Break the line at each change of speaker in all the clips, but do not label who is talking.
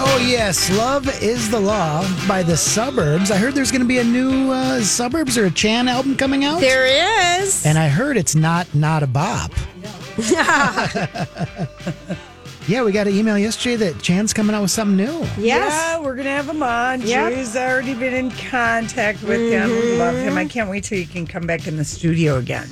Oh, yes. Love is the Law by the Suburbs. I heard there's going to be a new uh, Suburbs or a Chan album coming out.
There is.
And I heard it's not not a bop. yeah, we got an email yesterday that Chan's coming out with something new.
yes.
Yeah, we're gonna have him on.
Yep. Mm-hmm.
Drew's already been in contact with him. Love him. I can't wait till he can come back in the studio again.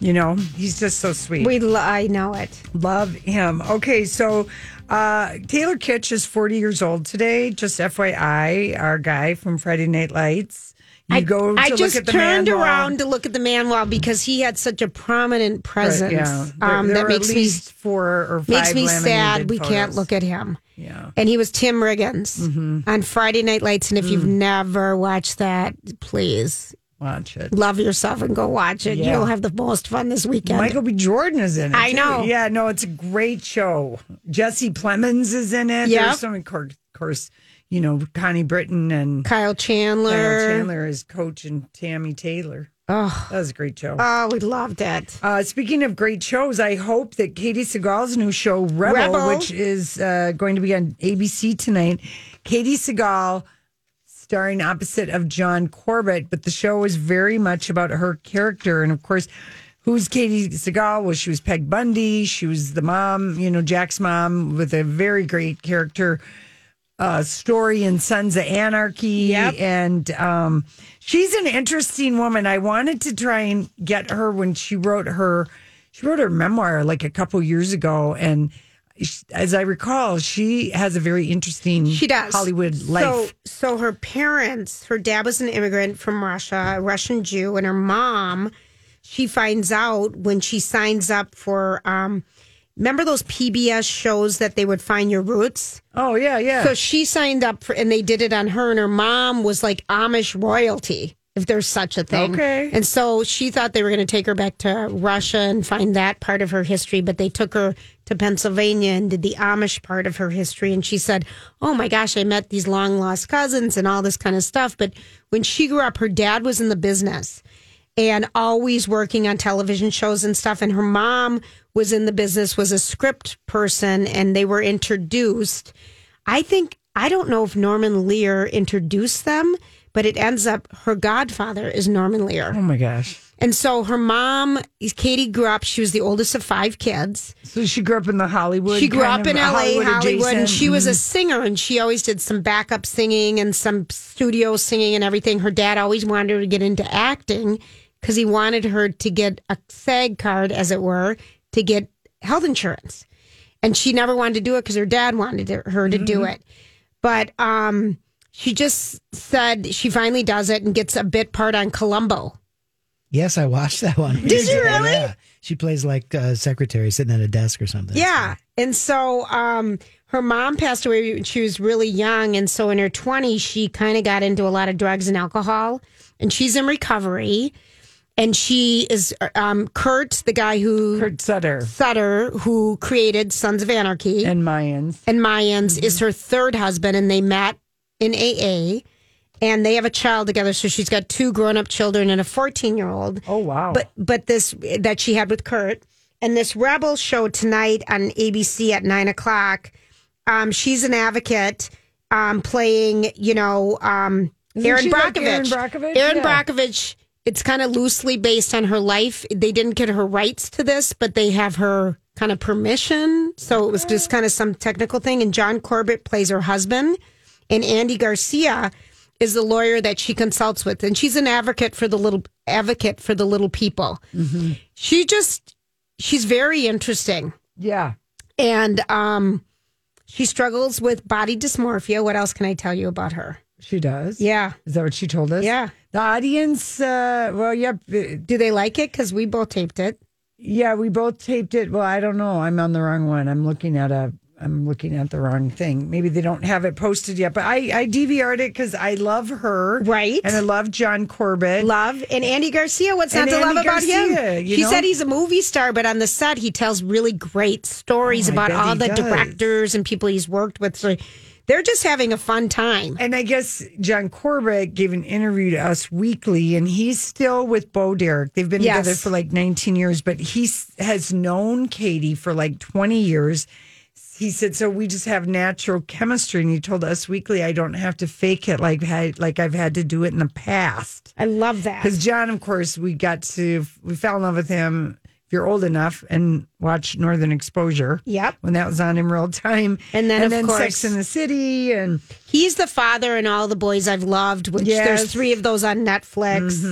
You know, he's just so sweet.
We lo- I know it.
love him. Okay, so uh, Taylor Kitsch is 40 years old today. Just FYI, our guy from Friday Night Lights. You
I
go to
I
look
just
at the
turned
man wall.
around to look at the man wall because he had such a prominent presence.
Yeah, there,
um,
there
that
are
makes
at
me
least four or five
makes me sad.
laminated
We can't
photos.
look at him.
Yeah. Mm-hmm.
And he was Tim Riggins on Friday Night Lights. And if you've
Mm.
never watched that, please
Watch it.
love yourself and go watch it.
Yeah.
You'll have the most fun this weekend.
Michael B. Jordan is in it.
I
too.
know.
Yeah, no, it's a great show. Jesse Plemons is in it.
Yep.
There's so many, of course, you know, Connie Britton and
Kyle Chandler.
Lionel Chandler is coach and Tammy Taylor.
Oh,
That was a great show.
oh, we loved it.
Uh, speaking of great shows, I hope that Katie Seagal's new show, Rebel,
Rebel.
which is uh, going to be on ABC tonight, Katie Seagal starring opposite of John Corbett, but the show is very much about her character. And of course, who's Katie Seagal? Well, she was Peg Bundy. She was the mom, you know, Jack's mom with a very great character uh, story in Sons of Anarchy. And um, she's an interesting woman. I wanted to try and get her when she wrote her she wrote her memoir like a couple years ago and sh- as I recall, she has a very interesting
She does.
Hollywood life.
So, so her parents, her dad was an immigrant from Russia, a Russian Jew, and her mom, she finds out when she signs up for, um, remember those PBS shows that they would find your roots?
oh yeah, yeah.
So she signed up for, and they did it on her, and her mom was like Amish royalty, if there's such a thing.
Okay.
And so she thought they were going to take her back to Russia and find that part of her history, but they took her to Pennsylvania and did the Amish part of her history. And she said, Oh my gosh, I met these long lost cousins and all this kind of stuff. But when she grew up, her dad was in the business and always working on television shows and stuff. And her mom was in the business, was a script person, and they were introduced. I think, I don't know if Norman Lear introduced them, but it ends up her godfather is Norman
oh
Lear.
my gosh.
And so her mom, Katie grew up, she was the oldest of five kids.
So she grew up in the Hollywood.
She grew
kind
up
of
in LA, Hollywood, and
adjacent. Mm-hmm.
she was a singer, and she always did some backup singing and some studio singing and everything. Her dad always wanted her to get into acting because he wanted her to get a SAG card, as it were, to get health insurance. And she never wanted to do it because her dad wanted to- her to do
Mm-hmm.
it. But um, she just said she finally does it and gets a bit part on Columbo.
Yes, I watched that one. Did you really? Yeah. She plays like a secretary sitting at a desk or something.
Yeah. And so um, her mom passed away when she was really young. And so in her 20s, she kind of got into a lot of drugs and alcohol. And she's in recovery. And she is um, Kurt, the guy who,
Kurt Sutter
Sutter, who created Sons of Anarchy
and Mm-hmm. Mayans.
and Mayans is her third husband, and they met in AA, and they have a child together. So she's got two grown-up children and a fourteen-year-old.
Oh, wow.
But but this that she had with Kurt, and this Rebel show tonight on ABC at nine o'clock. Um, she's an advocate, um, playing you know um,
Isn't
Aaron
she
Brockovich.
like Erin Brockovich?
Erin
Yeah.
Brockovich It's kind of loosely based on her life. They didn't get her rights to this, but they have her kind of permission. So it was just kind of some technical thing. And John Corbett plays her husband, and Andy Garcia is the lawyer that she consults with, and she's an advocate for the little advocate for the little people.
Mm-hmm.
She just she's very interesting
Yeah.
and um, she struggles with body dysmorphia. What else can I tell you about her?
She does.
Yeah.
Is that what she told us?
Yeah.
The audience, uh, well, yep. uh,
Do they like it? Because we both taped it.
Yeah, we both taped it. Well, I don't know. I'm on the wrong one. I'm looking at a. I'm looking at the wrong thing. Maybe they don't have it posted yet, but I I DVR'd it because I love her,
Right.
And I love John Corbett.
Love and Andy Garcia. What's not
And
to
Andy
love about
Garcia,
him?
you
She
know?
said he's a movie star, but on the set, he tells really great stories
Oh, I
about
bet
all
he
the
does.
directors and people he's worked with. So they're just having a fun time.
And I guess John Corbett gave an interview to us weekly, and he's still with Bo Derek. They've been
Yes.
together for like 19 years, but he s- has known Katie for like 20 years. He said, "So we just have natural chemistry." And he told us weekly, "I don't have to fake it like I, like I've had to do it in the past."
I love that.
Because John, of course, we got to we fell in love with him. If you're old enough and watch Northern Exposure,
Yep.
when that was on in real time,
And then,
and
of
then
course-
Sex in the City, and
He's the father in all the boys I've loved, which
Yes.
there's three of those on Netflix.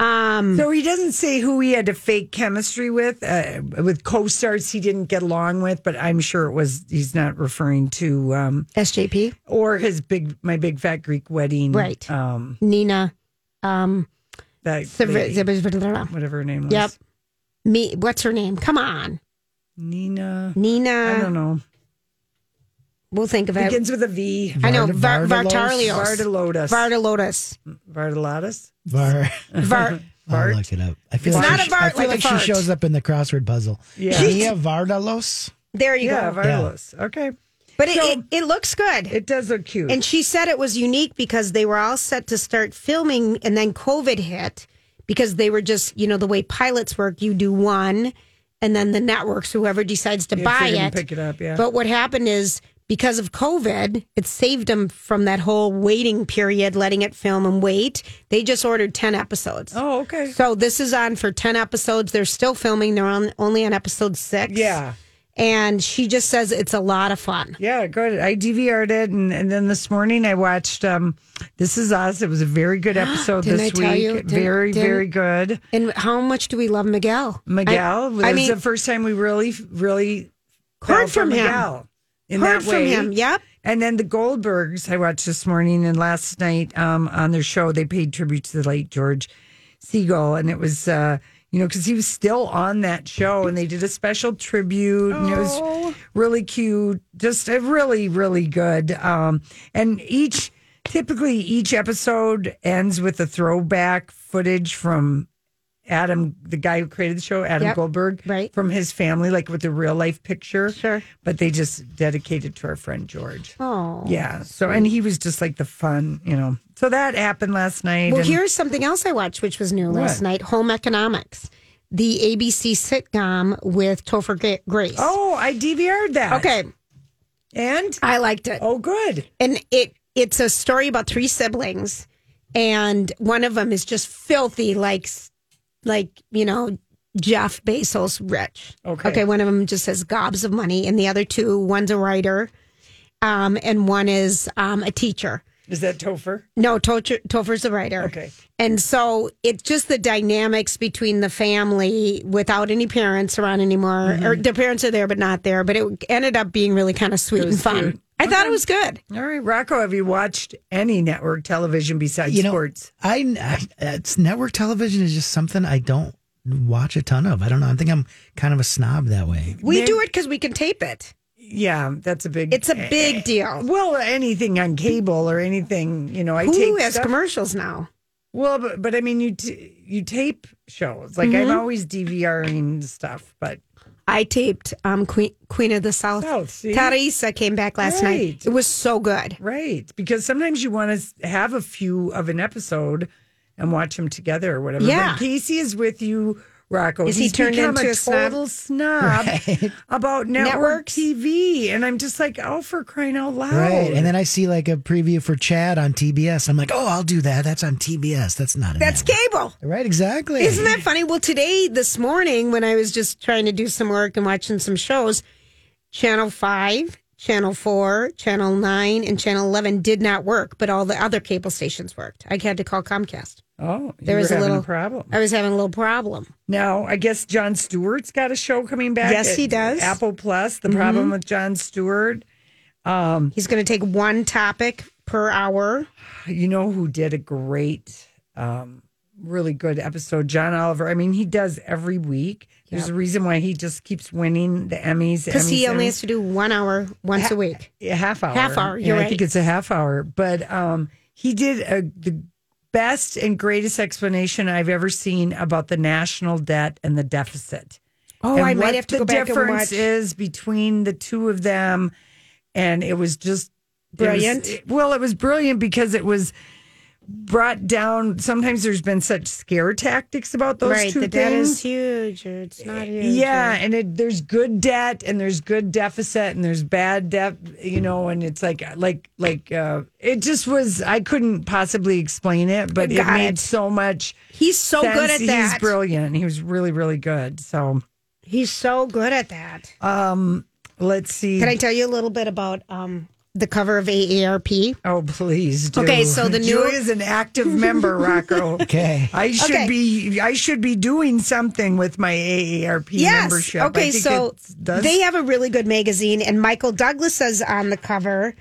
Um,
So he doesn't say who he had to fake chemistry with, uh, with co-stars he didn't get along with, but I'm sure it was he's not referring to um,
SJP,
or his big my big fat Greek wedding,
Right.
Um,
Nina, um,
that lady, whatever her name was.
Yep. Me, what's her name? Come on,
Nina.
Nina.
I don't know.
We'll think of it.
Begins with a V.
I know Var-
Vard-
Vartalios,
Vardalotus.
Vardalotus.
Vardalotus.
Var.
Var-
Vart.
I'll look it up. I feel
It's
like
not
I
a
should-
Vart
I feel
like a
like she
fart.
shows up in the crossword puzzle.
Yeah.
Mia Vardalos.
There you
Yeah,
go.
Vardalos. Okay.
But it,
So-
it, it looks good.
It does look cute.
And she said it was unique because they were all set to start filming and then COVID hit because they were just, you know, the way pilots work, you do one and then the networks, whoever decides to
If you're
buy
gonna
it.
Pick it up. Yeah.
But what happened is because of COVID, it saved them from that whole waiting period, letting it film and wait. They just ordered 10 episodes.
oh, okay.
So this is on for 10 episodes. They're still filming. They're on only on episode 6.
Yeah.
And she just says it's a lot of fun.
Yeah, good. I DVR'd it, and, and then this morning I watched um, "This Is Us." It was a very good episode
Didn't
this
I tell
week.
you? Didn't-
very,
didn't-
very good.
And how much do we love Miguel?
Miguel.
I,
was
I mean,
the first time we really, really fell
heard
for
from him.
Miguel in
Heard
that
from
way.
him. Yep.
And then the Goldbergs I watched this morning and last night um, on their show they paid tribute to the late George Siegel and it was uh, you know because he was still on that show and they did a special tribute and
Oh.
it was really cute just uh, really really good um, and each typically each episode ends with a throwback footage from Adam, the guy who created the show, Adam
Yep,
Goldberg,
right.
from his family, like with the real life picture.
Sure.
But they just dedicated to our friend George.
Oh.
Yeah. So, and he was just like the fun, you know. So that happened last night.
Well,
and
here's something else I watched, which was new last
What?
night Home Economics, the ABC sitcom with Topher Gra- Grace.
Oh, I DVR'd that.
okay.
And
I liked it.
oh, good.
and it it's a story about three siblings and one of them is just filthy like like you know jeff bezos rich
Okay.
okay one of them just has gobs of money and the other two one's a writer um, and one is um, a teacher
Is that Topher?
no Tocher, topher's a writer
Okay.
and so it's just the dynamics between the family without any parents around anymore
Mm-hmm.
or the parents are there but not there but it ended up being really kind of sweet and fun
cute.
i thought it was good
All right, Rocco. Have you watched any network television besides
You know,
sports?
I, I it's network television is just something I don't watch a ton of. I don't know. I think I'm kind of a snob that way.
We do it because we can tape it.
Yeah, that's a big.
It's a
Eh.
big deal.
well, anything on cable or anything, you know, I
Who
take
has
stuff
commercials now?
Well, but, but I mean, you t- you tape shows. Like I'm always DVRing stuff, but
I taped um, Queen Queen of the South.
South, Oh, see?
Teresa came back last
Right.
night. It was so good.
right because sometimes you want to have a few of an episode and watch them together or whatever.
Yeah.
But Casey is with you Rocco.
Is he
He's
turned
become
into
a
a snob?
total snob about network
Networks?
TV, and I'm just like, oh, for crying out loud!
Right. And then I see like a preview for Chad on TBS. I'm like, oh, I'll do that. That's on TBS. That's not a
That's
network.
cable.
Right, exactly.
Isn't that funny? Well, today, this morning, when I was just trying to do some work and watching some shows, Channel 5, Channel 4, Channel 9, and Channel 11 did not work, but all the other cable stations worked. I had to call Comcast.
oh, you
There
were
was a
having
little
problem.
I was having a little problem.
Now, I guess John Stewart's got a show coming back.
Yes,
at
he does. Mm-hmm.
Apple Plus. The problem with John Stewart.
He's going to take one topic per hour.
You know who did a great, um, really good episode? John Oliver. I mean, he does every week. There's a reason why he just keeps winning the Emmys.
Because he
Emmys,
only
Emmys.
has to do one hour once a week.
a half hour.
Half hour,
Yeah,
you're
I think
right.
it's a half hour. But um, he did a, the best and greatest explanation I've ever seen about the national debt and the deficit.
Oh,
and
I
what
might have to
the
go back and
difference
watch.
is between the two of them, and it was just it was-
Brilliant.
it- well, it was brilliant because it was brought down. Sometimes there's been such scare tactics about those
right,
two
the
things.
debt is huge or it's not huge.
Yeah, and it, there's good debt and there's good deficit and there's bad debt, you know, and it's like like like uh it just was I couldn't possibly explain it, but it
Got
made
it.
so much
He's so good
sense.
at that.
He's brilliant. He was really really good. So,
He's so good at that.
um let's see.
Can I tell you a little bit about um, the cover of AARP?
oh, please do.
Okay, so the new-
Julie is an active member, Rocco.
okay.
I should
Okay.
be I should be doing something with my AARP membership. I
Okay,
think
so
it does-
they have a really good magazine, and Michael Douglas is on the cover,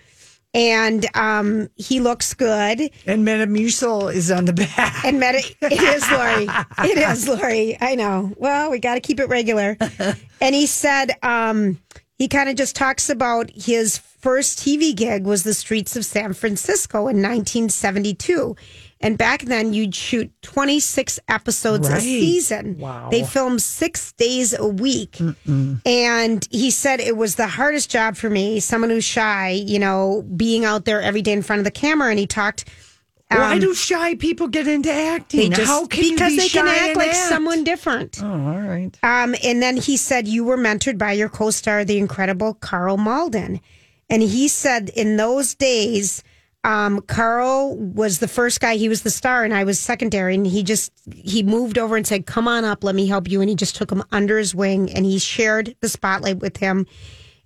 and um, he looks good.
and Metamucil is on the back.
And Meta, it is Lori. It is Lori. I know. Well, we got to keep it regular. And he said um, he kind of just talks about his first TV gig was the streets of San Francisco in 1972. And back then, you'd shoot 26 episodes a
Right.
season.
Wow.
They filmed six days a week. And he said it was the hardest job for me, someone who's shy, you know, being out there every day in front of the camera. And he talked.
Why
um,
do shy people get into
they
acting?
just
How can
because
you be
they
shy
can act
and
like someone different.
Oh, all right.
Um, and then he said you were mentored by your co-star, the incredible Carl Malden, and he said in those days, um, Carl was the first guy. He was the star, and I was secondary. And he just he moved over and said, "Come on up, let me help you." And he just took him under his wing, and he shared the spotlight with him.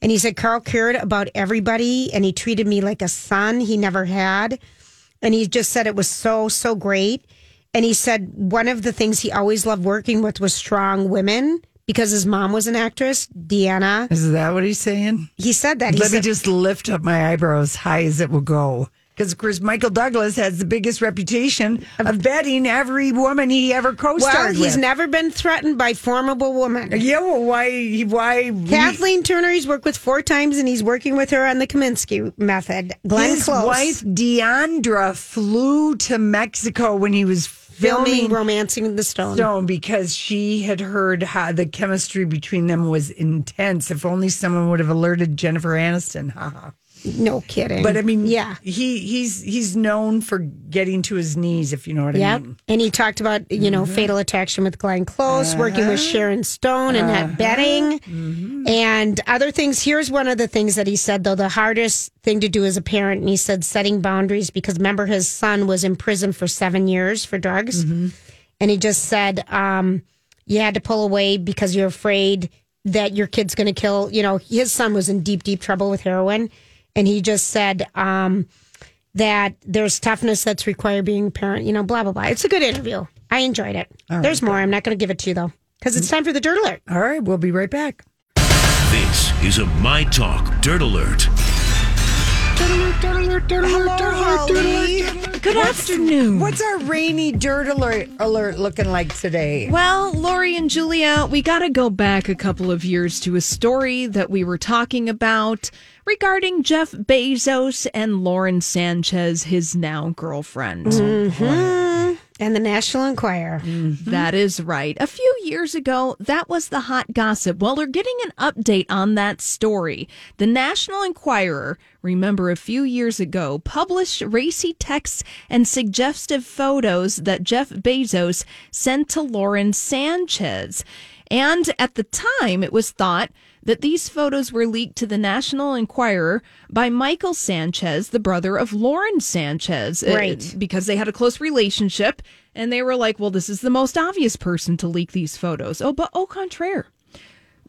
And he said Carl cared about everybody, and he treated me like a son he never had and he just said it was so so great and he said one of the things he always loved working with was strong women because his mom was an actress deanna
Is that what he's saying?
he said that he
Let me
said,
just lift up my eyebrows high as it will go. Because, of course, Michael Douglas has the biggest reputation of betting every woman he ever co starred
well he's
with.
never been threatened by formidable women
yeah, well, why? Why? we-
kathleen turner he's worked with four times and he's working with her on the kaminsky method glenn
his
close
wife, Deandra, flew to Mexico when he was
filming
filming
romancing the stone
Stone because she had heard how the chemistry between them was intense. If only someone would have alerted Jennifer Aniston. Haha.
no kidding
But I mean,
yeah
he he's he's known for getting to his knees, if you know what I
Yep.
mean. Mm-hmm.
And he talked about, you know, fatal attraction with Glenn Close, working with
Uh-huh.
Sharon Stone and that betting
Mm-hmm.
and other things. Here's one of the things that he said, though the hardest thing to do as a parent. And he said setting boundaries because remember, his son was in prison for seven years for drugs.
Mm-hmm.
And he just said, um, you had to pull away because you're afraid that your kid's going to kill. You know, his son was in deep, deep trouble with heroin. And he just said, um, that there's toughness that's required being a parent, you know, blah, blah, blah. It's a good interview. I enjoyed it. there's more. I'm not going to give it to you, though, because it's time for the dirt alert.
All right, we'll be right back.
This is a My Talk Dirt Alert.
Good afternoon. What's our rainy dirt alert alert looking like today?
Well, Lori and Julia, we got to go back a couple of years to a story that we were talking about regarding Jeff Bezos and Lauren Sanchez, his now girlfriend.
and the National Enquirer.
Mm.
That is right. A few years ago, that was the hot gossip. Well, we're getting an update on that story. The National Enquirer, remember a few years ago, published racy texts and suggestive photos that Jeff Bezos sent to Lauren Sanchez. And at the time, it was thought that these photos were leaked to the National Enquirer by Michael Sanchez, the brother of Lauren Sanchez, uh,
Right.
because they had a close relationship. And they were like, well, this is the most obvious person to leak these photos. Oh, but au contraire.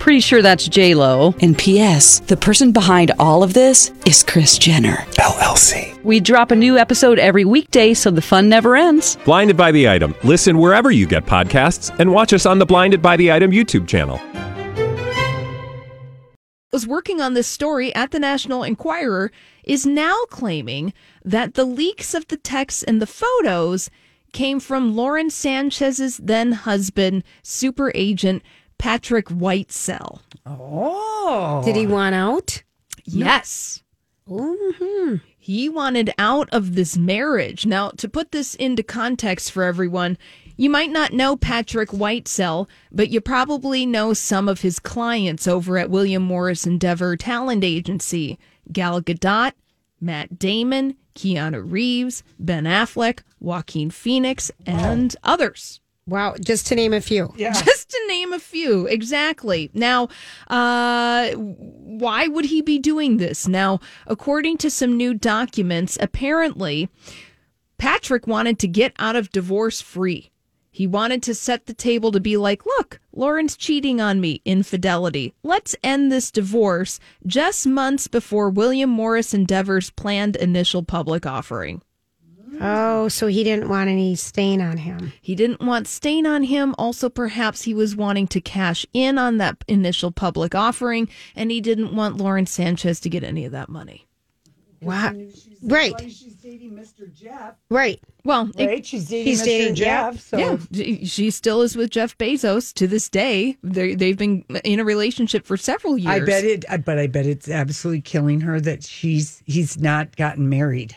Pretty sure that's J Lo. And P.S. The person behind all of this is Chris Jenner.
LLC.
We drop a new episode every weekday, so the fun never ends.
Blinded by the item. Listen wherever you get podcasts, and watch us on the Blinded by the Item YouTube channel.
was working on this story at the National Enquirer is now claiming that the leaks of the texts and the photos came from Lauren Sanchez's then husband, super agent Patrick Whitesell.
Did he want out?
Yes.
hmm
He wanted out of this marriage. Now, to put this into context for everyone, you might not know Patrick Whitesell, but you probably know some of his clients over at William Morris Endeavor Talent Agency Gal Gadot, Matt Damon, Keanu Reeves, Ben Affleck, Joaquin Phoenix, and others
Wow, just to name a few.
just to name a few exactly now uh why would he be doing this now according to some new documents apparently patrick wanted to get out of divorce free he wanted to set the table to be like look lauren's cheating on me infidelity let's end this divorce just months before william morris endeavor's planned initial public offering
Oh, so he didn't want any stain on him.
He didn't want stain on him. Also, perhaps he was wanting to cash in on that initial public offering, and he didn't want Lauren Sanchez to get any of that money.
Wow. Right,
She's dating Mr. Jeff,
right.
Well, it-
right? She's dating
He's
Mr.
dating-
Jeff. So
yeah, d- she still is with Jeff Bezos to this day. They they've been in a relationship for several years.
I bet it. I- But I bet it's absolutely killing her that she's he's not gotten married.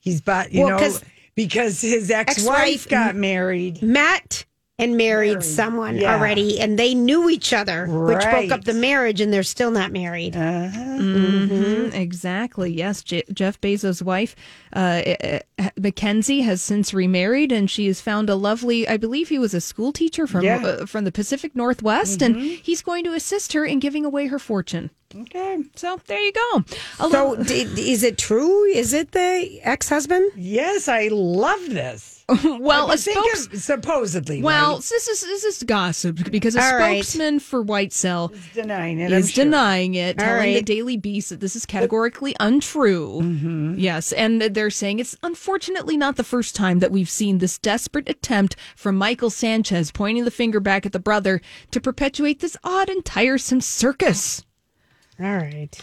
He's bought you
Well,
know
'cause
because his ex-wife,
ex-wife-
got married.
Met and married, someone
yeah.
already, and they knew each other, which broke up
Right.
the marriage, and they're still not married.
Mm-hmm.
Mhm, Exactly. Yes, Je- Jeff Bezos' wife, uh, uh, Mackenzie, has since remarried, and she has found a lovely. I believe he was a school teacher from
Yeah. Mm-hmm.
uh, from the Pacific Northwest, and he's going to assist her in giving away her fortune.
Okay.
So there you go. A
So,
little-
d- d- is it true? Is it the ex husband?
Yes, I love this.
well,
I
a
think
spokes.
of- supposedly.
well,
right?
this is this is gossip because a
All right.
spokesman for White Cell
He's denying it. I'm
is
sure.
denying it,
All
telling the
right.
Daily Beast that this is categorically untrue. Yes, and they're saying it's unfortunately not the first time that we've seen this desperate attempt from Michael Sanchez pointing the finger back at the brother to perpetuate this odd and tiresome circus.
All right.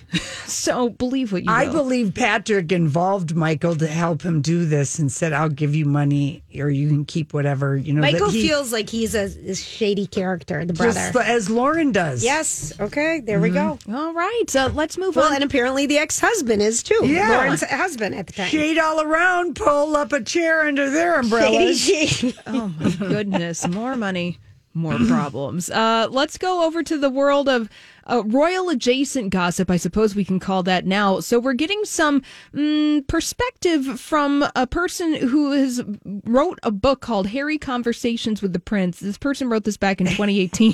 So believe what you
I
will.
believe Patrick involved Michael to help him do this and said, "I'll give you money, or you can keep whatever." You know, that
Michael
he-
feels like he's a, a shady character, the brother.
just Mm-hmm. as Lauren does.
yes. Okay. There we go.
All right, so let's move
Well,
on.
and apparently the ex husband is too.
Yeah.
Lauren's husband at the time.
Shade all around. Pull up a chair under their umbrellas.
Oh my goodness, more money, more problems. Uh, let's go over to the world of uh, royal adjacent gossip. I suppose we can call that now. So we're getting some mm, perspective from a person who has wrote a book called "Harry Conversations with the Prince." This person wrote this back in 2018.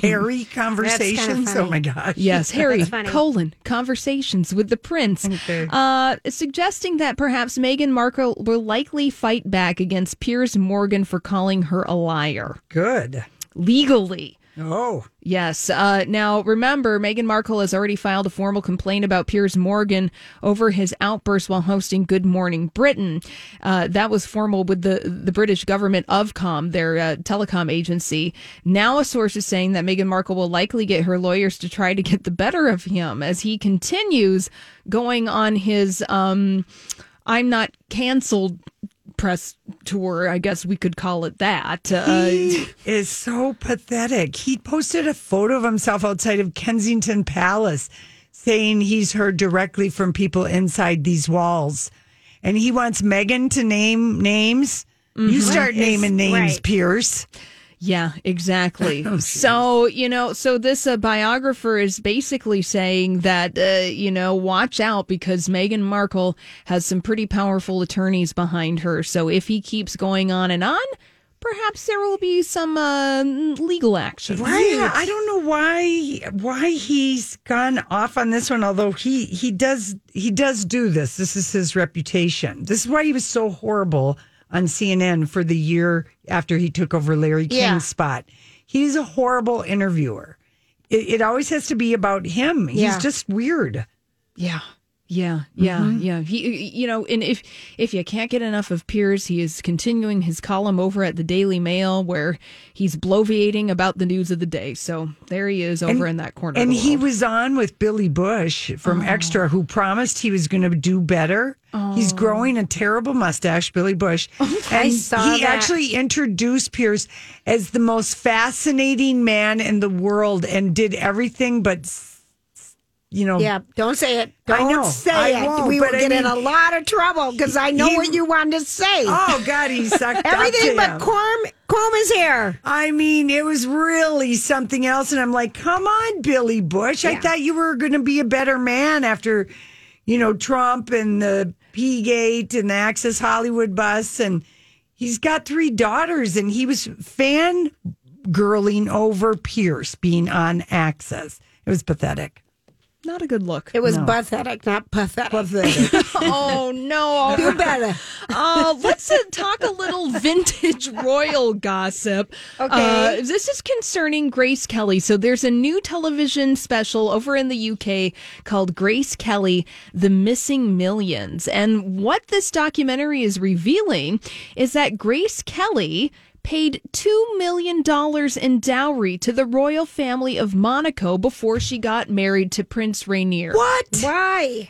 Hairy conversations. Oh
funny.
my gosh.
Yes, Harry,
funny.
colon, conversations with the prince, uh, suggesting that perhaps Meghan Markle will likely fight back against Piers Morgan for calling her a liar
Good.
legally.
Oh,
Yes. Uh, now, remember, Meghan Markle has already filed a formal complaint about Piers Morgan over his outburst while hosting Good Morning Britain. Uh, that was formal with the, the British government Ofcom, their uh, telecom agency. Now, a source is saying that Meghan Markle will likely get her lawyers to try to get the better of him as he continues going on his um, I'm not canceled press tour, I guess we could call it that. Uh,
He is so pathetic. He posted a photo of himself outside of Kensington Palace saying he's heard directly from people inside these walls. And he wants Megan to name names. You start naming names,
Mm-hmm. right.
Pierce.
Yeah, exactly.
Oh,
so, you know, so this uh, biographer is basically saying that, uh, you know, watch out because Meghan Markle has some pretty powerful attorneys behind her. So if he keeps going on and on, perhaps there will be some uh, legal action.
Yeah, I don't know why why he's gone off on this one. Although he he does he does do this. This is his reputation. This is why he was so horrible on CNN for the year after he took over Larry King's
Yeah.
spot. He's a horrible interviewer. It, it always has to be about him.
Yeah.
He's just weird.
Yeah. Yeah, yeah,
Mm-hmm.
yeah. He, you know, and if if you can't get enough of Piers, he is continuing his column over at the Daily Mail, where he's bloviating about the news of the day. So there he is over in that corner. of
And
the
he
world. Oh.
was on with Billy Bush from Extra, who promised he was going to do better.
Oh.
He's growing a terrible mustache, Billy Bush. and
saw
he
that.
actually introduced Pierce as the most fascinating man in the world and did everything but, s- s- you know,
Yeah, don't say it.
I
Don't
know.
say
I
it.
won't,
we will
but I
get in
mean-
a lot of trouble because I know
He-
what you wanted to say.
oh God, he sucked up
Everything
to
but
him.
comb, comb his hair.
I mean, it was really something else. And I'm like, come on, Billy Bush. I thought you were going to be a better man after, you know, Trump and the P Gate and the Access Hollywood bus. And he's got three daughters, and he was fan girling over Pierce being on Access. It was pathetic.
not a good look.
It was pathetic, not pathetic.
Pathetic.
oh no!
Do better.
Uh, let's uh, talk a little vintage royal gossip.
Okay.
Uh, this is concerning Grace Kelly. So there's a new television special over in the UK called Grace Kelly: The Missing Millions, and what this documentary is revealing is that Grace Kelly. Paid $2 million in dowry to the royal family of Monaco before she got married to Prince Rainier.
what?
Why?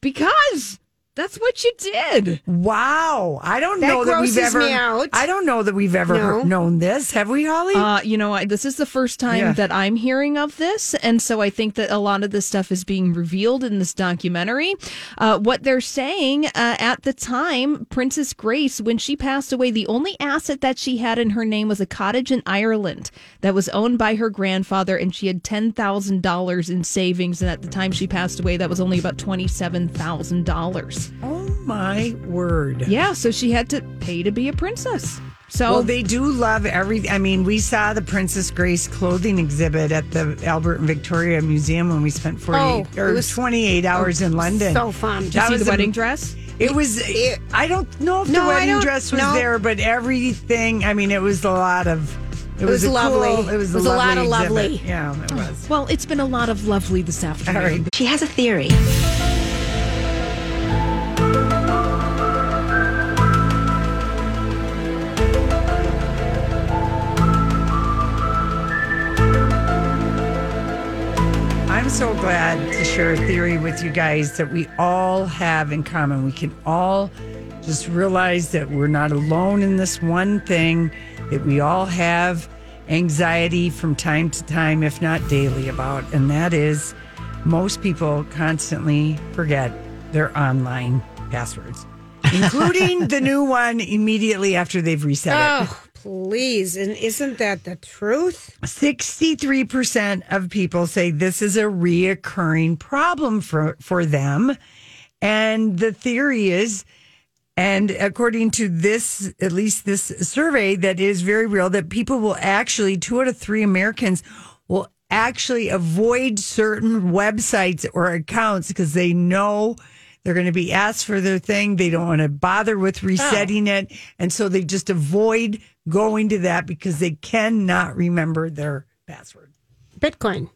Because that's what you did.
Wow. I don't
That
know that we've
grosses
ever.
me out.
I don't know that we've ever
No.
known this, have we, Holly?
Uh, you know, I, this is the first time
Yeah.
that I'm hearing of this. And so I think that a lot of this stuff is being revealed in this documentary. Uh, what they're saying uh, at the time, Princess Grace, when she passed away, the only asset that she had in her name was a cottage in Ireland that was owned by her grandfather. And she had $10,000 in savings. And at the time she passed away, that was only about $27,000.
oh, my word.
Yeah. So she had to pay to be a princess. So
Well, Oh, they do love every. I mean, we saw the Princess Grace clothing exhibit at the Albert and Victoria Museum when we spent forty
Oh,
or
it was-
twenty eight hours in London.
So fun.
Did you see
was
the
a-
wedding dress?
it was. It, I don't know if
No, I
the wedding
don't-
dress was
no.
there, but everything. I mean, it was a lot of. It,
was
a cool-
lovely.
it was,
It was a lot
lovely
of lovely.
exhibit. Yeah, it was.
Well, it's been a lot of lovely this afternoon.
All right.
She has a theory.
I'm so glad to share a theory with you guys that we all have in common. We can all just realize that we're not alone in this one thing, that we all have anxiety from time to time, if not daily, about. And that is most people constantly forget their online passwords, including the new one immediately after they've reset it.
Oh, please. And isn't that the truth?
63% of people say this is a reoccurring problem for, for them. And the theory is, and according to this, at least this survey that is very real, that people will actually, two out of three Americans will actually avoid certain websites or accounts because they know they're going to be asked for their thing. They don't want to bother with resetting it. And so they just avoid going to that because they cannot remember their password.
Bitcoin.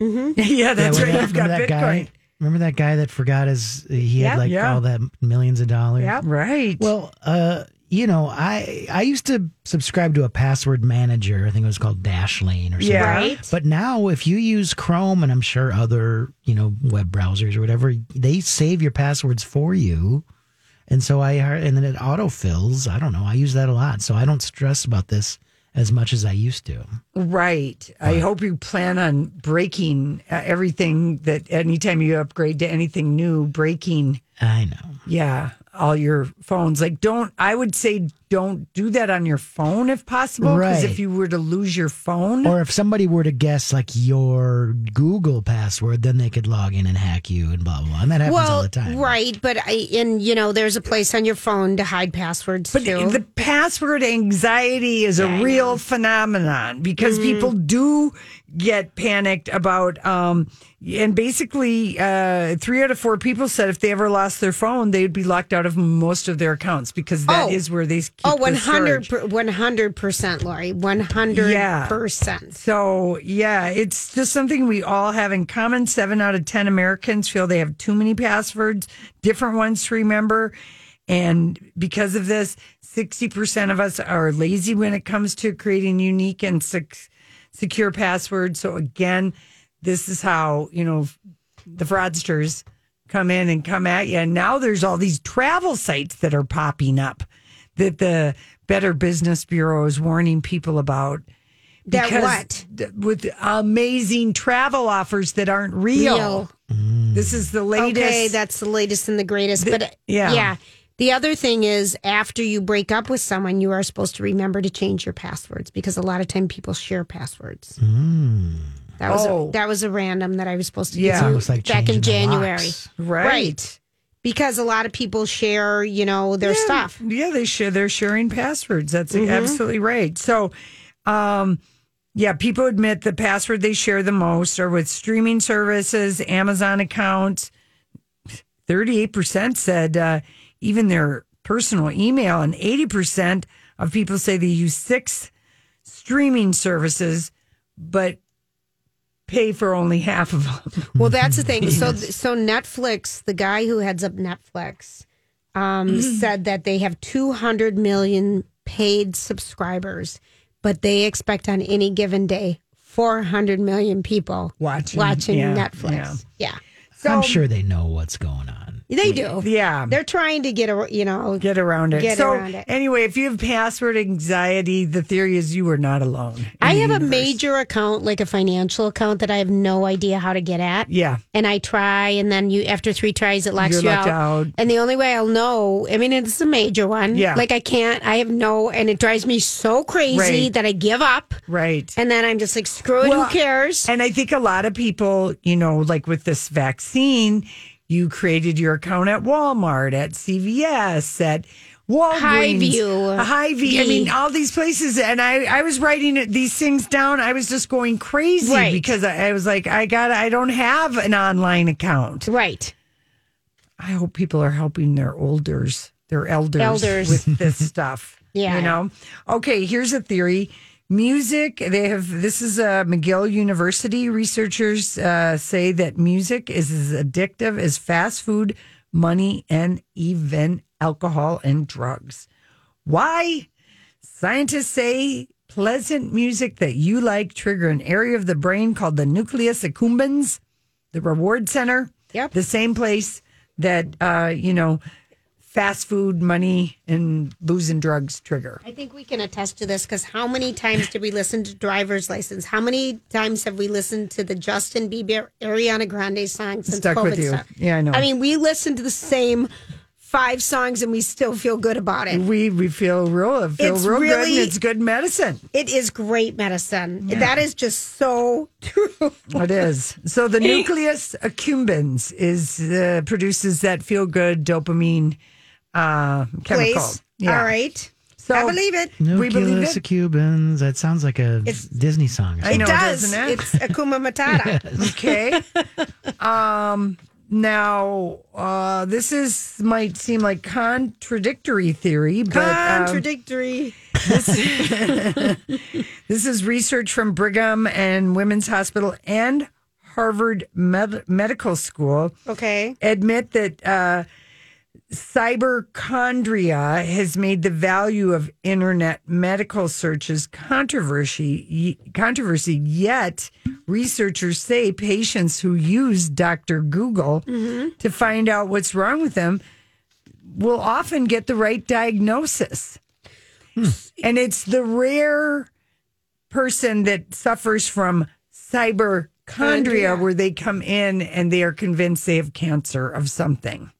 yeah, that's
Yeah,
right. You've got
remember that
Bitcoin.
guy. Remember that guy that forgot his? He
Yeah.
had like
Yeah.
all that millions of dollars.
Yeah, right.
Well, uh, you know, I I used to subscribe to a password manager. I think it was called Dashlane or something.
Yeah.
Right?
But now, if you use Chrome and I'm sure other you know web browsers or whatever, they save your passwords for you, And so I heard- and then it autofills. I don't know. I use that a lot, so I don't stress about this as much as I used to.
Right. I hope you plan on breaking uh, everything that anytime you upgrade to anything new, breaking,
I know.
yeah, all your phones. Like, don't, I would say don't do that on your phone if possible. Because
Right.
if you were to lose your phone,
Or if somebody were to guess like your Google password, then they could log in and hack you and blah blah. blah. And that happens all the time.
right, but I and you know, there's a place on your phone to hide passwords
But
too.
the password anxiety is a real phenomenon because
Mm-hmm.
people do get panicked about um and basically uh three out of four people said if they ever lost their phone they'd be locked out of most of their accounts because that is
Oh.
where they keep
oh,
their
100
storage.
per, 100%, Lori. 100%.
So, yeah, it's just something we all have in common. Seven out of 10 Americans feel they have too many passwords, different ones to remember. And because of this, 60% of us are lazy when it comes to creating unique and sec- secure passwords. So, again, this is how, you know, the fraudsters come in and come at you. And now there's all these travel sites that are popping up that the Better Business Bureau is warning people about.
That
Because
what?
th- With amazing travel offers that aren't real.
Real.
This is the latest.
Okay, that's the latest and the greatest. but
yeah.
yeah. yeah. The other thing is after you break up with someone, you are supposed to remember to change your passwords because a lot of time people share passwords. That was
Oh.
a, that was a random that I was supposed to
Yeah.
get
Almost
to
like
back
changing
in
the
January.
locks.
right.
Right. Because a lot of people share, you know, their
yeah,
stuff.
Yeah, they share. They're sharing passwords. That's
Mm-hmm.
absolutely right. So, um, yeah, people admit the password they share the most are with streaming services, Amazon accounts. Thirty-eight percent said uh, even their personal email, and eighty percent of people say they use six streaming services, but pay for only half of them.
Well, that's the thing. So, so Netflix, the guy who heads up Netflix, um,
Mm-hmm.
said that they have 200 million paid subscribers, but they expect on any given day 400 million people
Watching,
watching
yeah,
Netflix. Yeah.
I'm sure they know what's going on.
they do.
Yeah.
they're trying to get a you know.
Get around it.
Get
so
around it.
anyway, if you have password anxiety, the theory is you are not alone. in
I
the
have a
universe.
major account, like a financial account, that I have no idea how to get at.
Yeah.
and I try, and then you after three tries it locks
You're
you
locked
out.
out.
And the only way I'll know, I mean, it's a major one.
Yeah.
like I can't, I have no, and it drives me so crazy
Right.
that I give up,
Right.
and then I'm just like, screw it,
Well,
who cares?
And I think a lot of people, you know, like with this vaccine, you created your account at Walmart, at CVS, at Walgreens,
Hy-Vee.
Hy-Vee. I mean, all these places. And I, I was writing it- these things down. I was just going crazy
Right.
because I, I was like, I got, I don't have an online account.
right,
I hope people are helping their olders, their elders,
Elders.
with this stuff.
Yeah.
You know? Okay, here's a theory. Music, they have, this is uh, McGill University. Researchers uh, say that music is as addictive as fast food, money, and even alcohol and drugs. Why? Scientists say pleasant music that you like trigger an area of the brain called the nucleus accumbens, the reward center.
Yep.
The same place that uh, you know, fast food, money, and booze and drugs trigger.
I think we can attest to this because how many times did we listen to Driver's License? How many times have we listened to the Justin Bieber, Ariana Grande song since
Stuck
COVID
with you.
stuff?
Yeah, I know.
I mean, we listened to the same five songs and we still feel good about it.
We we feel real feel
It's
real good
really-
and it's good medicine.
It is great medicine. That is just so true.
It is. So the nucleus accumbens is uh, produces that feel good dopamine uh, chemical.
Place.
Yeah.
All right.
So
I believe it.
we believe
Nucleus
it.
Cubans. That sounds like a
It's-
Disney song. Or
I
something.
know,
it does.
doesn't it?
It's Akuma Matata.
Okay. um now uh this is might seem like contradictory theory, but um,
Contradictory.
this is research from Brigham and Women's Hospital and Harvard Med- Medical School.
Okay.
admit that uh, cyberchondria has made the value of internet medical searches controversy controversy yet researchers say
Mm-hmm.
patients who use Dr. Google to find out what's wrong with them will often get the right diagnosis.
Hmm.
And it's the rare person that suffers from cyberchondria where they come in and they are convinced they have cancer of something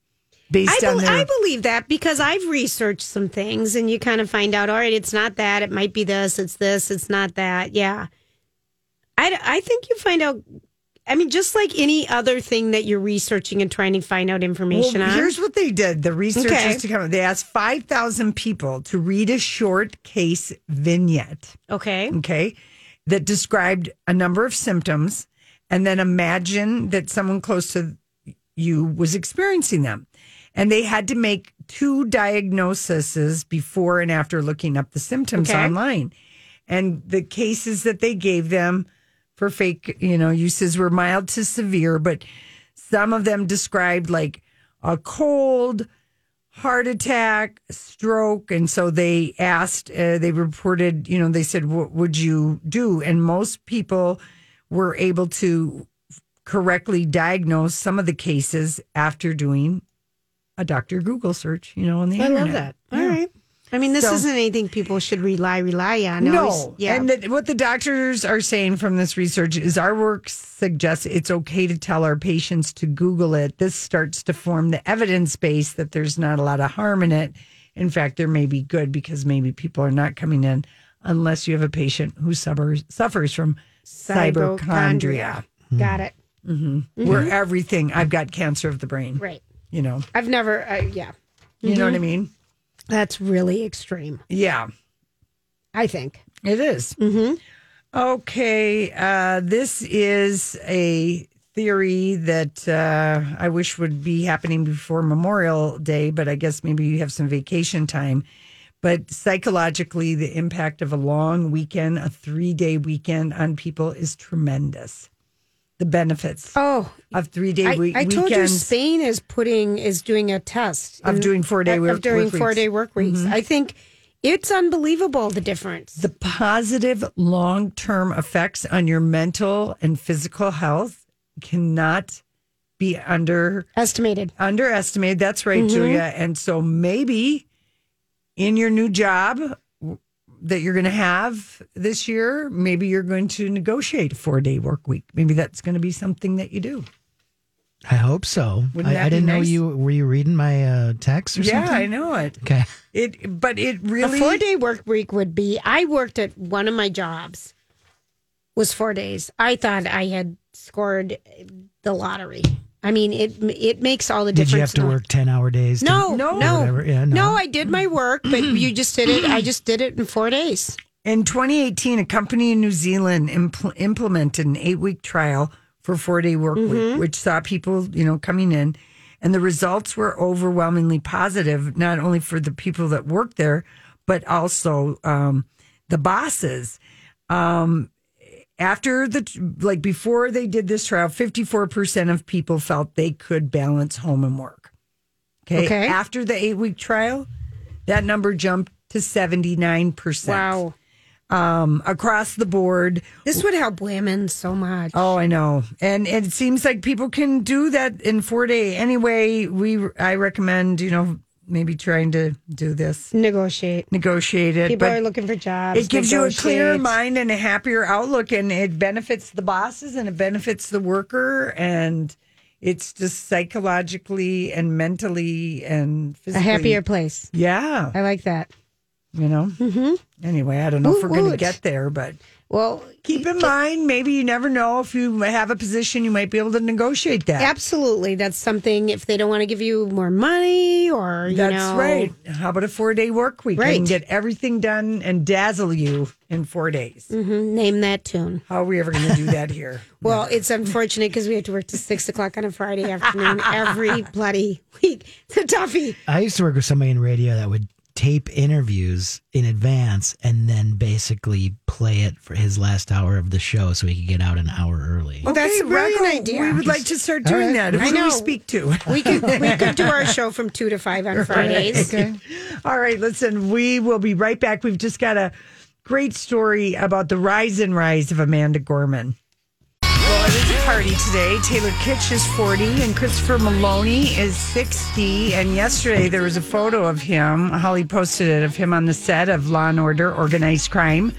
based
I,
on
bel
their
I believe that because I've researched some things and you kind of find out, all right, it's not that. It might be this, it's this, it's not that. Yeah. I, d- I think you find out, I mean, just like any other thing that you're researching and trying to find out information
Well,
on.
here's what they did. The researchers
Okay.
to come. They asked five thousand people to read a short case vignette.
okay.
Okay, that described a number of symptoms, and then imagine that someone close to you was experiencing them, and they had to make two diagnoses before and after looking up the symptoms
Okay.
online, and the cases that they gave them for fake, you know, uses were mild to severe, but some of them described like a cold, heart attack, stroke. And so they asked, uh, they reported, you know, they said, what would you do? And most people were able to correctly diagnose some of the cases after doing a Dr. Google search, you know, on the
I
internet.
love that. All right. I mean, this
So-
isn't anything people should rely rely on. Always-
No.
yeah.
And that what the doctors are saying from this research is our work suggests it's okay to tell our patients to Google it. This starts to form the evidence base that there's not a lot of harm in it. In fact, there may be good because maybe people are not coming in unless you have a patient who suffers, suffers from cyberchondria,
Got it.
where everything, I've got cancer of the brain,
Right. Mm-hmm.
you know,
I've never. Uh, yeah.
you know what I mean?
That's really extreme.
Yeah.
I think.
It is.
Mm-hmm.
Okay. Uh, this is a theory that uh, I wish would be happening before Memorial Day, but I guess maybe you have some vacation time. But psychologically, the impact of a long weekend, a three day weekend on people is tremendous. The benefits
Oh,
of three day
I,
week-
I told you
weekends.
Spain is putting is doing a test
Of doing four-day
of
work-
doing
work weeks. Mm-hmm.
four day work weeks. I think it's unbelievable the difference.
the positive long term effects on your mental and physical health cannot be under
Estimated.
underestimated. That's right, Julia. And so maybe in your new job w- that you're going to have this year, maybe you're going to negotiate a four day work week. Maybe that's going to be something that you do.
I hope so.
Wouldn't
I,
that
I
be
didn't know
nice?
you were you reading my uh, text or
yeah,
something.
I know it.
Okay.
It, but it really
A four day work week would be. I worked at one of my jobs was four days. I thought I had scored the lottery. I mean, it it makes all the
Did
difference.
you have to
in the-
work ten hour days? to-
No,
No.
no,
Mm-hmm.
or
no.
whatever? Yeah, no.
I did my work, but you just did it. I just did it in four days.
In 2018, a company in New Zealand impl- implemented an eight week trial for four day work week,
Mm-hmm.
which saw people, you know, coming in. And the results were overwhelmingly positive, not only for the people that work there, but also um, the bosses. Um, after the, like before they did this trial, 54% of people felt they could balance home and work. Okay.
Okay.
After the eight week trial, that number jumped to 79%.
Wow.
Um, across the board.
This would help women so much.
Oh, I know. And it seems like people can do that in four day. Anyway, we I recommend, you know, maybe trying to do this,
Negotiate.
negotiate it.
People are
but
looking for jobs.
it gives you a clearer
negotiate.
mind and a happier outlook, and it benefits the bosses and it benefits the worker. And it's just psychologically and mentally and
A
physically
happier place.
Yeah.
I like that.
You know? Mm-hmm. Anyway, I don't know if we're
Woot
going to
woot.
get there, but.
Well,
Keep in mind, maybe you never know if you have a position, you might be able to negotiate that.
absolutely. That's something if they don't want to give you more money or, you
That's
know.
right. How about a four day work week? I can
Right.
get everything done and dazzle you in four days.
Mhm. Name that tune.
How are we ever going to do that here?
Well, it's unfortunate because we have to work to six o'clock on a Friday afternoon every bloody week. It's a toughie.
I used to work with somebody in radio that would tape interviews in advance and then basically play it for his last hour of the show so he could get out an hour early.
Well, that's
Okay,
a brilliant
Rocco,
idea.
We would like to start doing that. Who
I
do we
know.
speak to?
We could we could do our show from two to five on Fridays.
All right, listen, we will be right back. We've just got a great story about the rise and rise of Amanda Gorman. there's a party today. Taylor Kitsch is 40 and Christopher Maloney is 60. And yesterday there was a photo of him. Holly posted it of him on the set of Law and Order Organized Crime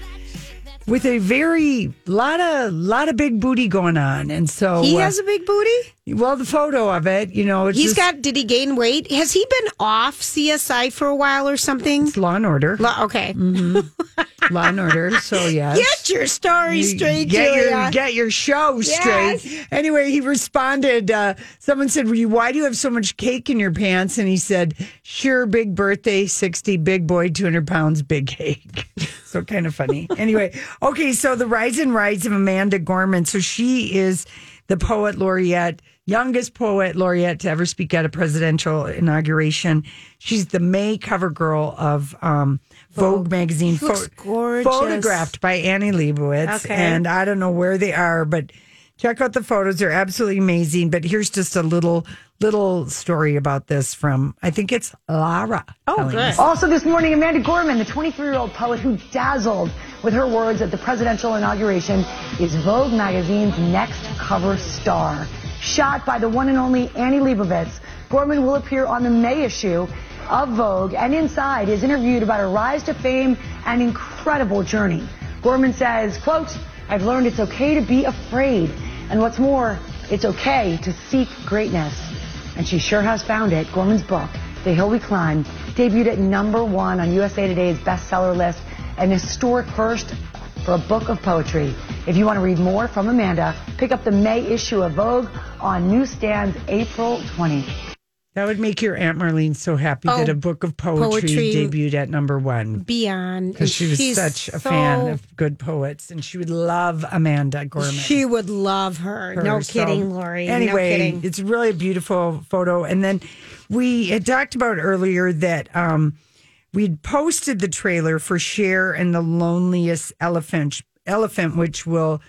with a very lot of lot of big booty going on. And so
He
uh,
has a big booty.
well the photo of it, you know, it's
He's
just-
got. Did he gain weight? Has he been off CSI for a while or something?
it's Law and Order.
Lo- Okay.
Mm-hmm. Law and Order. So yes.
Get your story
You
straight,
get
Julia.
your get your show straight. Anyway, he responded. Uh, someone said, "Were you? Why do you have so much cake in your pants?" And he said, "Sure, big birthday, sixty, big boy, two hundred pounds, big cake." so kind of funny. anyway, okay. So the rise and rise of Amanda Gorman. So she is the poet laureate, youngest poet laureate to ever speak at a presidential inauguration. She's the May cover girl of um, Vogue, magazine.
She looks gorgeous.
Photographed by Annie Leibovitz.
Okay.
And I don't know where they are, but check out the photos. They're absolutely amazing. But here's just a little little story about this from I think it's Lara.
Oh,
telling
good.
us.
Also this morning, Amanda Gorman, the 23-year-old poet who dazzled with her words at the presidential inauguration, is Vogue magazine's next cover star. Shot by the one and only Annie Leibovitz, Gorman will appear on the May issue of Vogue and inside is interviewed about her rise to fame and incredible journey. Gorman says, quote, I've learned it's okay to be afraid. And what's more, it's okay to seek greatness. And she sure has found it. Gorman's book, The Hill We Climb, debuted at number one on USA Today's bestseller list, an historic first for a book of poetry. If you want to read more from Amanda, pick up the May issue of Vogue on newsstands April 20th.
That would make your Aunt Marlene so happy that
Oh,
a book of poetry,
poetry.
debuted at number one.
Beyond.
Because she was
She's
such a
so-
fan of good poets and she would love Amanda Gorman.
She would love her. no
her. So,
kidding, Lori.
Anyway,
no kidding.
it's really a beautiful photo. And then we had talked about earlier that um, we'd posted the trailer for Share and the Loneliest Elephant, Elephant, which will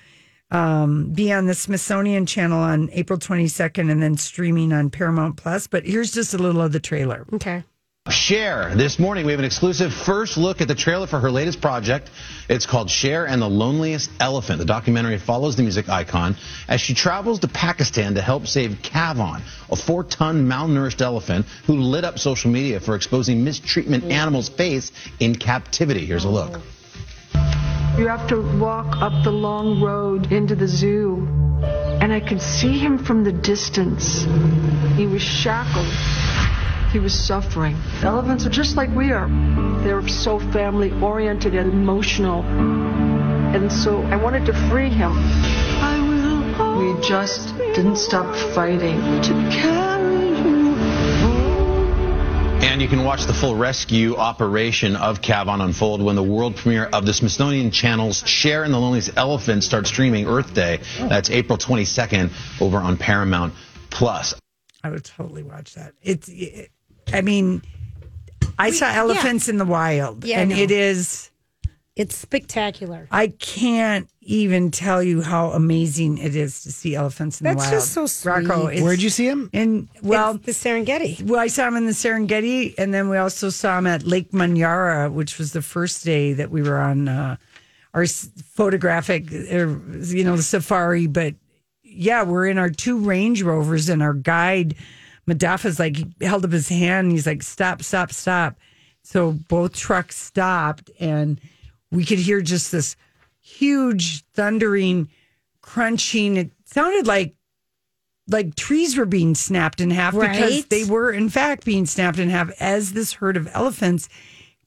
um, be on the Smithsonian Channel on April 22nd and then streaming on Paramount Plus. But here's just a little of the trailer.
okay.
Share. This morning, we have an exclusive first look at the trailer for her latest project. It's called Share and the Loneliest Elephant. The documentary follows the music icon as she travels to Pakistan to help save Kavon, a four ton malnourished elephant who lit up social media for exposing
Mm.
mistreatment animals face in captivity. Here's a look.
Oh. You have to walk up the long road into the zoo. And I could see him from the distance. He was shackled. He was suffering. Elephants are just like we are. They're so family oriented and emotional. And so I wanted to free him. I will. We just didn't stop fighting to carry you.
And you can watch the full rescue operation of Cavan unfold when the world premiere of the Smithsonian Channel's Share and the Loneliest Elephant starts streaming Earth Day.
Oh.
That's April 22nd over on Paramount Plus.
I would totally watch that. It's, it, I mean, I saw elephants in the wild,
Yeah, I
and
know.
it is.
It's spectacular.
I can't even tell you how amazing it is to see elephants in the
That's
wild.
just so sweet.
Rocco, it's-
Where'd you see him?
And well,
It's the Serengeti.
well, I saw him in the Serengeti, and then we also saw him at Lake Manyara, which was the first day that we were on uh, our s- photographic, er, you know, safari. But yeah, we're in our two Range Rovers, and our guide Madafa's like he held up his hand. And he's like, "Stop! Stop! Stop!" So both trucks stopped, and we could hear just this huge thundering, crunching. It sounded like like trees were being snapped in half because
Right.
they were in fact being snapped in half as this herd of elephants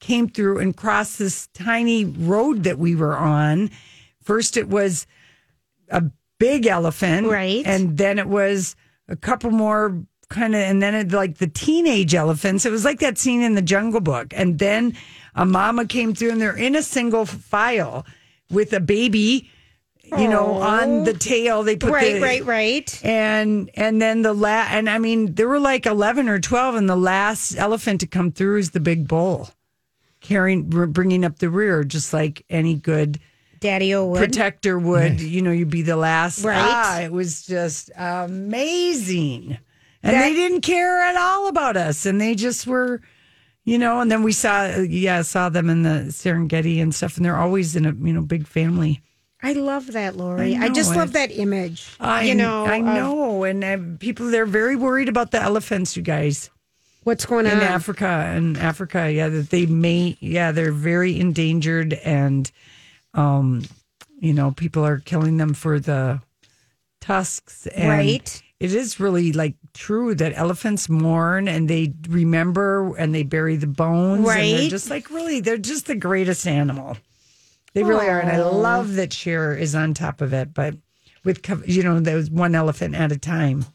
came through and crossed this tiny road that we were on. First it was a big elephant.
Right.
And then it was a couple more kind of and then it like the teenage elephants. It was like that scene in the jungle book. And then a mama came through and they're in a single file with a baby, you know, on the tail. They put
Right,
the,
right, right.
and and then the last and i mean there were like 11 or 12 and the last elephant to come through is the big bull carrying br- bringing up the rear just like any good
Daddy O would.
protector would you know you'd be the last
Right.
ah, it was just amazing and they didn't care at all about us and they just were you know and then we saw yeah saw them in the serengeti and stuff and they're always in a you know big family
I love that, Lori. I,
know,
just
I-
love that image.
I,
you know,
I
of
know, and uh, people they're very worried about the elephants, you guys.
What's going
in
on?
Africa? And Africa, yeah, that they may, yeah, they're very endangered, and um, you know, people are killing them for the tusks. And
Right.
It is really like true that elephants mourn and they remember and they bury the bones. And they're
Right.
just like really, they're just the greatest animal. They really are, and I
Aw.
love that Cher is on top of it, but with co- you know, there was one elephant at a time.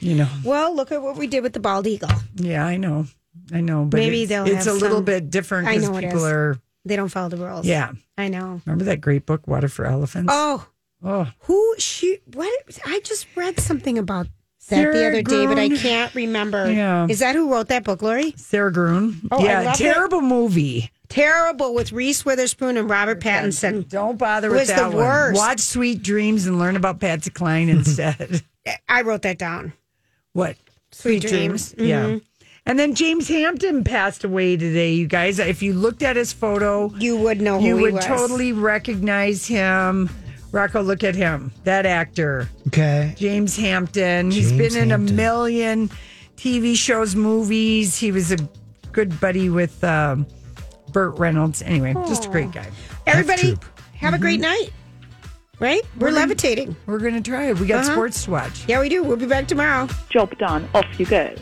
you know,
Well, look at what we did with the bald eagle.
yeah, I know, I know, but
Maybe
it's,
they'll
it's
have
a little
some-
bit different
I
because
know it
people
is.
are.
They don't follow the rules.
Yeah.
I know.
Remember that great book, Water for Elephants?
Oh,
oh,
who she? What? I just read something about that the
Sarah
other day, but I
Groen.
can't remember.
Yeah.
Is that who wrote that book, Lori?
Sarah Groon.
Oh, I
yeah,
love it.
terrible movie.
Terrible with Reese Witherspoon and Robert Pattinson.
Don't bother
It
with
was
that
the
one.
worst.
Watch Sweet Dreams and learn about Patsy Cline instead.
I wrote that down.
What?
Sweet Dreams.
Yeah.
Mhm.
And then James Hampton passed away today, you guys. If you looked at his photo,
You would know who
you
he
would
was.
totally recognize him. Rocco, look at him. That actor.
Okay.
James Hampton. He's
James
been in a
Hampton.
million TV shows, movies. He was a good buddy with um, Burt Reynolds. Anyway, just a great guy.
Everybody, have a great
Mm-hmm.
night. Right? We're, levitating.
We're going to try it. We got
Uh-huh.
sports to watch.
Yeah, we do. We'll be back tomorrow.
Job done. Off you go.